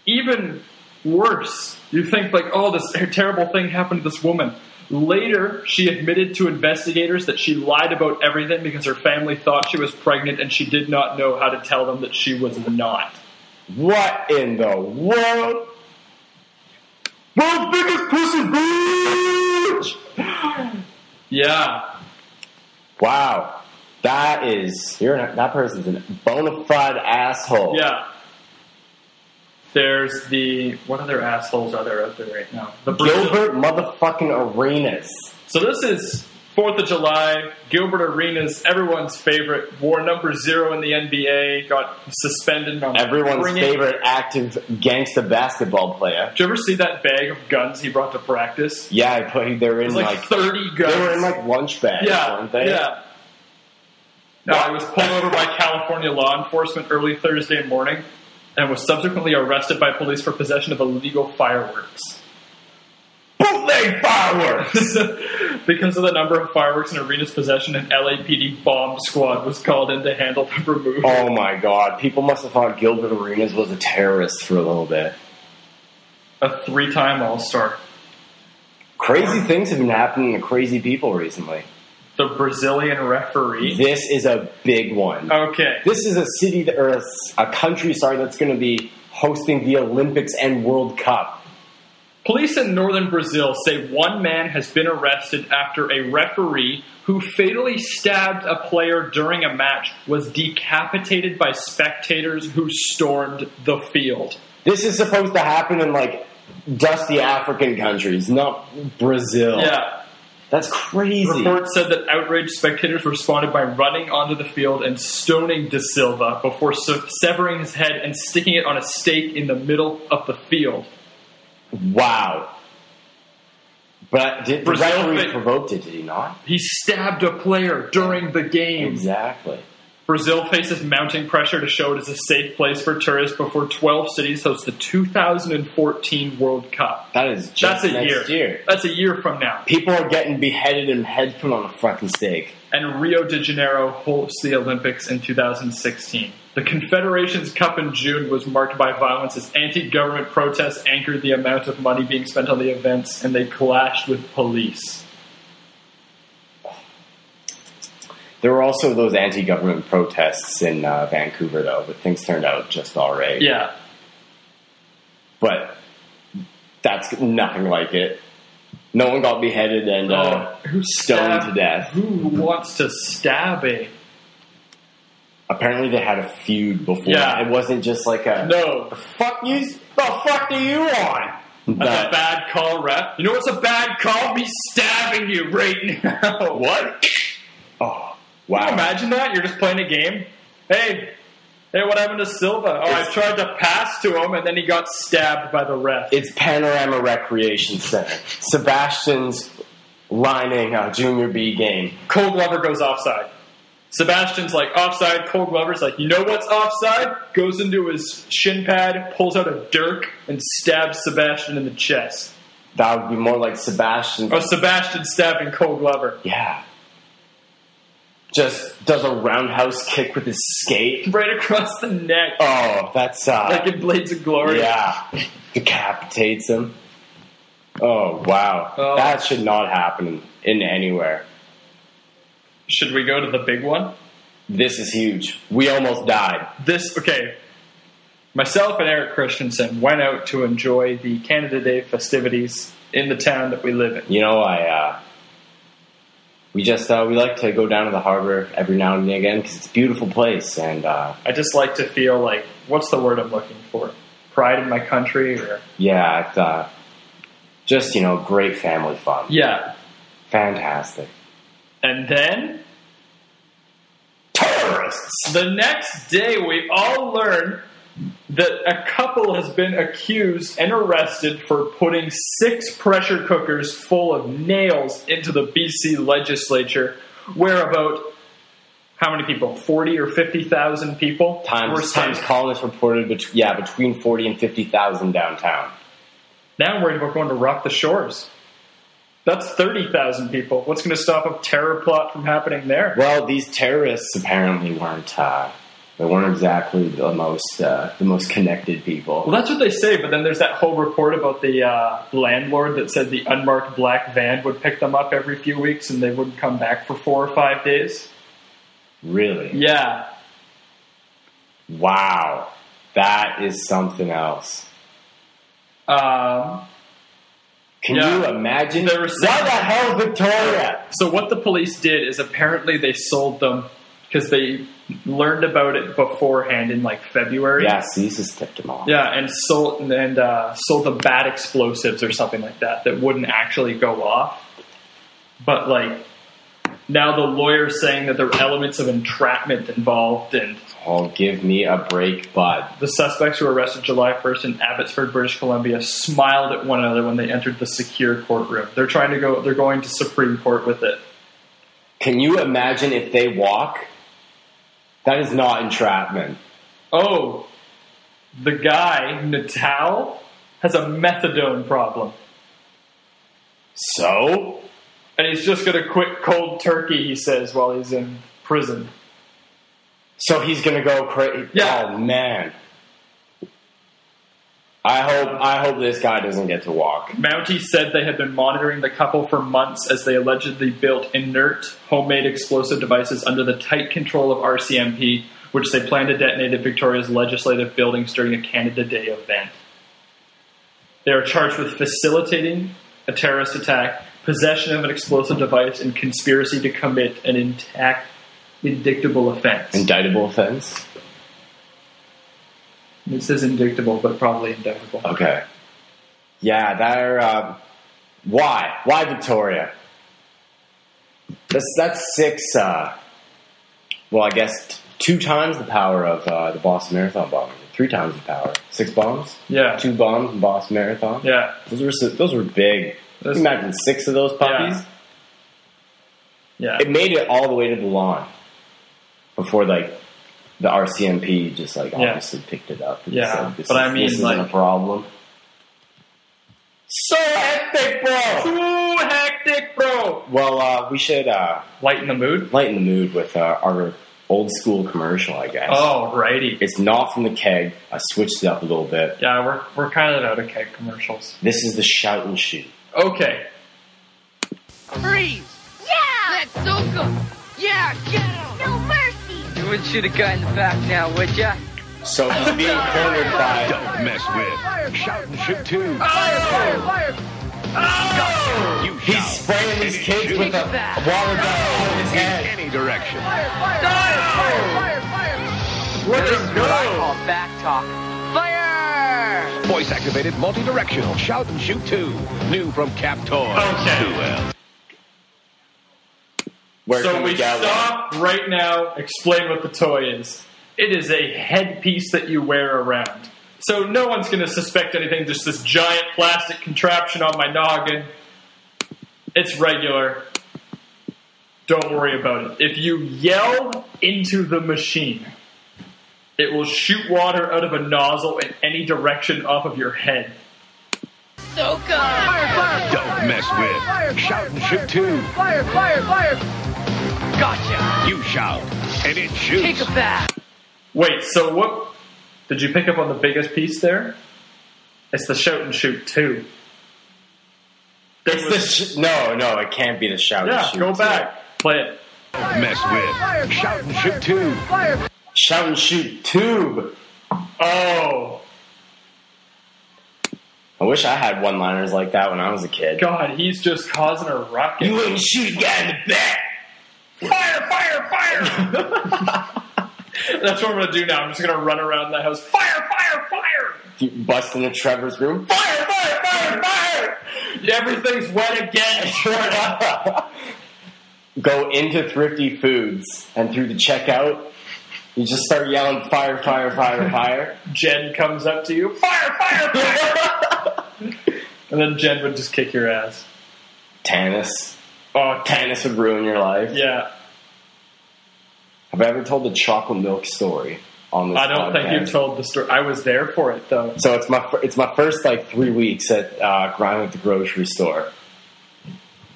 even worse, you think like, oh, this terrible thing happened to this woman. Later, she admitted to investigators that she lied about everything because her family thought she was pregnant and she did not know how to tell them that she was not. What in the world? World's biggest pussy bitch! Yeah. Wow. That is you're an, that person's a bona fide asshole. Yeah. There's the what other assholes are there out there right now? The Gilbert motherfucking Arenas. So this is Fourth of July. Gilbert Arenas, everyone's favorite, wore number zero in the NBA, got suspended. On Everyone's bringing- favorite active gangsta basketball player. Did you ever see that bag of guns he brought to practice? Yeah, I put they're in It's like 30 guns. They were in like lunch bags, yeah, weren't they? yeah. No, I was pulled over by California law enforcement early Thursday morning, and was subsequently arrested by police for possession of illegal fireworks. Bootleg fireworks. [LAUGHS] because of the number of fireworks in Arena's possession, an LAPD bomb squad was called in to handle the removal. Oh my god. People must have thought Gilbert Arenas was a terrorist for a little bit. A three-time All-Star. Crazy things have been happening to crazy people recently. The Brazilian referee. This is a big one. Okay. This is a city that, or a, s- a country, sorry, that's going to be hosting the Olympics and World Cup. Police in northern Brazil say one man has been arrested after a referee who fatally stabbed a player during a match was decapitated by spectators who stormed the field. This is supposed to happen in like dusty African countries, not Brazil. Yeah. That's crazy. Reports said that outraged spectators responded by running onto the field and stoning De Silva before se- severing his head and sticking it on a stake in the middle of the field. Wow. But did, the Brazil referee fa- provoked it, did he not? He stabbed a player during the game. Exactly. Brazil faces mounting pressure to show it is a safe place for tourists before 12 cities host the 2014 World Cup. That is just That's a year. next year. That's a year from now. People are getting beheaded and head put on a fucking stake. And Rio de Janeiro hosts the Olympics in 2016. The Confederations Cup in June was marked by violence as anti-government protests anchored the amount of money being spent on the events, and they clashed with police. There were also those anti-government protests in uh, Vancouver, though, but things turned out just all right. Yeah, but that's nothing like it. No one got beheaded and uh, stoned to death. Who wants to stab a? Apparently, they had a feud before. Yeah. It wasn't just like a No, fuck you. The fuck do you want? That's a bad call, ref. You know what's a bad call? Me stabbing you [LAUGHS] right now. What? Oh, Can you wow. imagine that? You're just playing a game. Hey, hey, what happened to Silva? Oh, I tried to pass to him, and then he got stabbed by the ref. It's Panorama Recreation Center. Sebastian's lining a junior B game. Cold Glover goes offside. Sebastian's like offside. Cold Glover's like, you know what's offside? Goes into his shin pad, pulls out a dirk, and stabs Sebastian in the chest. That would be more like Sebastian. Oh, Sebastian stabbing Cold Glover. [LAUGHS] Yeah. Just does a roundhouse kick with his skate. Right across the neck. Oh, that's uh, Like in Blades of Glory. Yeah, decapitates him. Oh wow, Oh. that should not happen in anywhere. Should we go to the big one? This is huge. We almost died. this okay. Myself and Eric Christensen went out to enjoy the Canada Day festivities in the town that we live in. You know, I uh, we just uh, we like to go down to the harbor every now and again because it's a beautiful place, and uh, I just like to feel like what's the word I'm looking for? Pride in my country or yeah, it's uh, just you know great family fun. Yeah. fantastic. And then terrorists. The next day we all learn that a couple has been accused and arrested for putting six pressure cookers full of nails into the BC legislature where about how many people? 40 or 50,000 people were Times sent times colonists reported bet- yeah between forty and fifty thousand downtown. Now I'm worried about going to rock the shores. That's 30,000 people. What's going to stop a terror plot from happening there? Well, these terrorists apparently weren't. Uh, they weren't exactly the most uh, the most connected people. Well, that's what they say, but then there's that whole report about the uh, landlord that said the unmarked black van would pick them up every few weeks and they wouldn't come back for four or five days. really, Yeah. wow, that is something else. Um, Can you imagine? There were Why the hell Victoria? So what the police did is apparently they sold them because they learned about it beforehand in like February. Yeah, Caesar's tipped him off. Yeah, and sold and uh, sold the bad explosives or something like that that wouldn't actually go off. But like now, the lawyer's saying that there were elements of entrapment involved, and Oh, give me a break, bud. the suspects who were arrested July 1st in Abbotsford, British Columbia, smiled at one another when they entered the secure courtroom. They're trying to go. They're going to Supreme Court with it. Can you imagine if they walk? That is not entrapment. Oh, the guy Natal has a methadone problem. So? And he's just going to quit cold turkey, he says, while he's in prison. So he's gonna go crazy. Oh man. I hope I hope this guy doesn't get to walk. Mountie said they had been monitoring the couple for months as they allegedly built inert, homemade explosive devices under the tight control of RCMP, which they planned to detonate at Victoria's legislative buildings during a Canada Day event. They are charged with facilitating a terrorist attack, possession of an explosive device, and conspiracy to commit an intact, indictable offense. Indictable offense. This is indictable, but probably indictable. Okay. Yeah, that. Um, why? Why Victoria? That's that's six. Uh, well, I guess t- two times the power of uh, the Boston Marathon bombing. Three times the power. Six bombs. Yeah. Two bombs in Boston Marathon. Yeah. Those were so- those were big. Can you imagine six of those puppies. Yeah. It made it all the way to the lawn before like the RCMP just like Yeah. obviously picked it up. and Yeah, said, this but is, I mean, this isn't like- a problem. So hectic, bro. So hectic, bro. Well, uh, we should uh, lighten the mood. Lighten the mood with uh, our old school commercial, I guess. Oh, righty. It's not from the keg. I switched it up a little bit. Yeah, we're, we're kind of out of keg commercials. This is the shout and shoot. Okay. Freeze! Yeah! That's so good! Yeah, get him! No mercy! You wouldn't shoot a guy in the back now, would ya? So he's being cornered by. Don't mess with. Shout and shoot too. Fire! Fire! He's spraying these kids with a water gun on his head. Any direction. Fire! Fire! Look at what I call back talk. Fire! Voice activated multi-directional shout and shoot 2. New from Cap Toy. Okay. Well. Where so can we we get one? stop right now. Explain what the toy is. It is a headpiece that you wear around. So no one's going to suspect anything. Just this giant plastic contraption on my noggin. It's regular. Don't worry about it. If you yell into the machine, it will shoot water out of a nozzle in any direction off of your head. So good! Fire! Fire! Don't mess with. Shout and shoot 2. Fire! Fire! Fire! Gotcha. You shout, and it shoots. Take a back! Wait, so what did you pick up on the biggest piece there? It's the shout and shoot too. It's the sh- no, no, it can't be the shout Yeah, and shoot. go back. Play it. Mess with. Shout and shoot too. Shout and shoot tube. Oh. I wish I had one liners like that when I was a kid. God, he's just causing a rocket. You wouldn't shoot a guy in the back. Fire, fire, fire! [LAUGHS] That's what I'm gonna do now. I'm just gonna run around the house. Fire, fire, fire! [LAUGHS] You Bust into Trevor's room. Fire, fire, fire, fire! Everything's [LAUGHS] wet again. Go into Thrifty Foods and through the checkout, you just start yelling fire, fire, fire, [LAUGHS] fire. Jen comes up to you. Fire, fire, fire! [LAUGHS] and then Jen would just kick your ass. Tannis. Oh, Tannis would ruin your life. Yeah. Have I ever told the chocolate milk story on this? I don't think podcast? you've told the story. I was there for it though. So it's my fir- it's my first like three weeks at uh, grinding at the grocery store.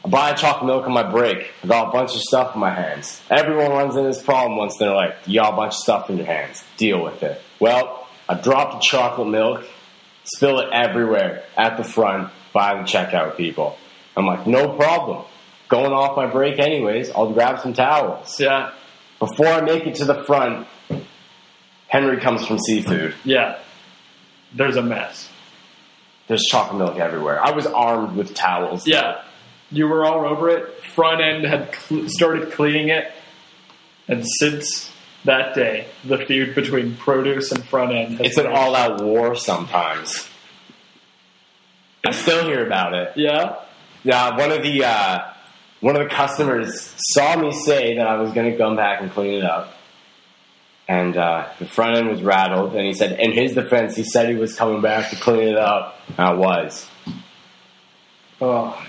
I buy a chocolate milk on my break. I got a bunch of stuff in my hands. Everyone runs into this problem once. They're like, "You got a bunch of stuff in your hands. Deal with it." Well, I dropped the chocolate milk, spill it everywhere at the front by the checkout people. I'm like, "No problem." Going off my break anyways. I'll grab some towels. Yeah. Before I make it to the front, Henry comes from seafood. Yeah. There's a mess. There's chocolate milk everywhere. I was armed with towels. Yeah, you were all over it. Front end had cl- started cleaning it, and since that day, the feud between produce and front end has It's an been- all-out war sometimes. I still hear about it. Yeah. Yeah. One of the uh, one of the customers saw me say that I was going to come back and clean it up, and uh, the front end was rattled. And he said, in his defense, he said he was coming back to clean it up. And I was. Oh,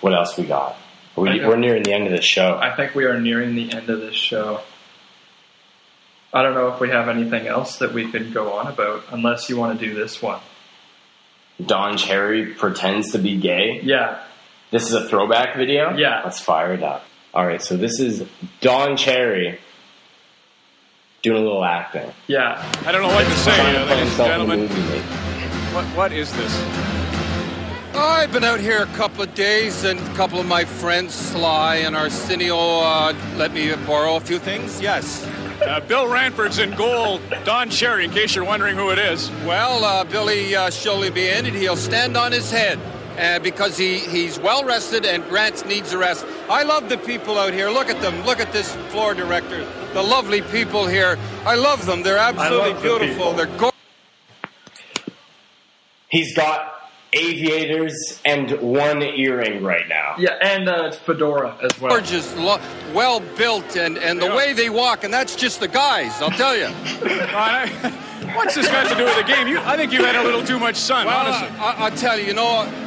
What else we got? I We, know. we're nearing the end of the show. I think we are nearing the end of this show. I don't know if we have anything else that we could go on about, unless you want to do this one. Don Cherry pretends to be gay. Yeah. This is a throwback video? Yeah. Let's fire it up. All right, so this is Don Cherry doing a little acting. Yeah. I don't know what to say, Trying to uh, play ladies and himself in a gentlemen. movie. What, what is this? I've been out here a couple of days, and a couple of my friends, Sly and Arsenio, uh, let me borrow a few things. Yes. Uh, Bill Ranford's in goal. Don Cherry, in case you're wondering who it is. Well, uh, Billy uh, surely be in it. He'll stand on his head uh, because he, he's well rested, and Grant needs a rest. I love the people out here. Look at them. Look at this floor director. The lovely people here. I love them. They're absolutely love the beautiful. people. They're gorgeous. He's got aviators and one earring right now. Yeah, and a fedora as well. gorgeous, lo- well built, and, and the way they walk, and that's just the guys, I'll [LAUGHS] tell you. What's this got to do with the game? You, I think you had a little too much sun, well, honestly. I, I- I'll tell you, you know,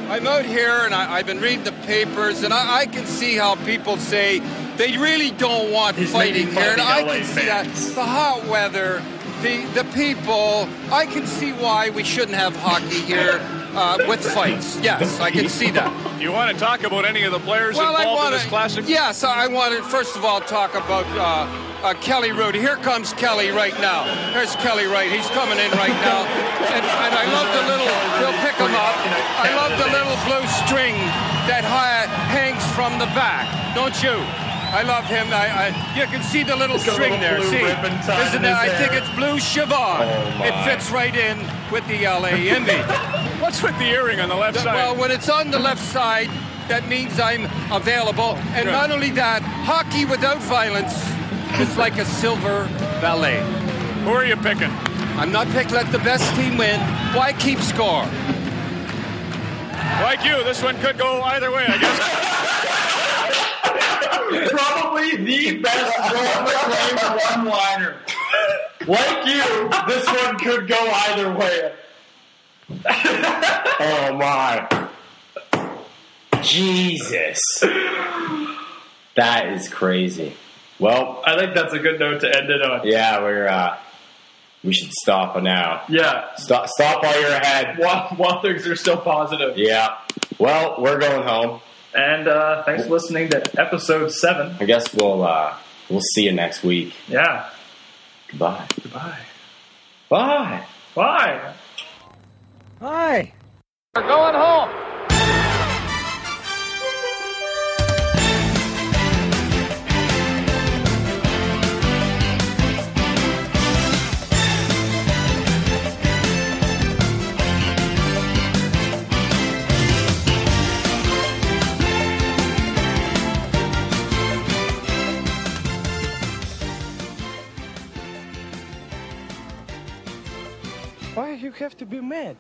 I'm out here and I, I've been reading the papers, and I, I can see how people say they really don't want He's fighting making fun here, of and the I LA can see that. The hot weather, the, the people, I can see why we shouldn't have hockey here uh, with fights. Yes, I can see that. Do you want to talk about any of the players Well, I involved want in this classic? Yes, I want to first of all talk about uh, uh, Kelly Rudy. Here comes Kelly right now. There's Kelly right. He's coming in right now, and, and I love the little. He'll pick him up. I love the little blue string that hi- hangs from the back. Don't you? I love him. I, I you can see the little He's got a string little there. blue See, ribbon tied in isn't it? his I hair. think it's blue Siobhan. Oh, it my. fits right in with the uh, LA Indy. [LAUGHS] What's with the earring on the left That- side? Well, when it's on the left side, that means I'm available. And not only that, hockey without violence is like a silver ballet. Who are you picking? I'm not picking. Let the best team win. Why keep score? Like you, this one could go either way, I guess. Probably the best one liner. Like you, this one could go either way. oh my. Jesus. That is crazy. Well, I think that's a good note to end it on. yeah, we're uh we should stop now. Yeah. Stop stop while you're ahead. While, while things are still positive. Yeah. Well, we're going home. And uh, thanks for listening to episode seven. I guess we'll uh we'll see you next week. Yeah. Goodbye. Goodbye. Bye. Bye. Hi. We're going home. Why you have to be mad?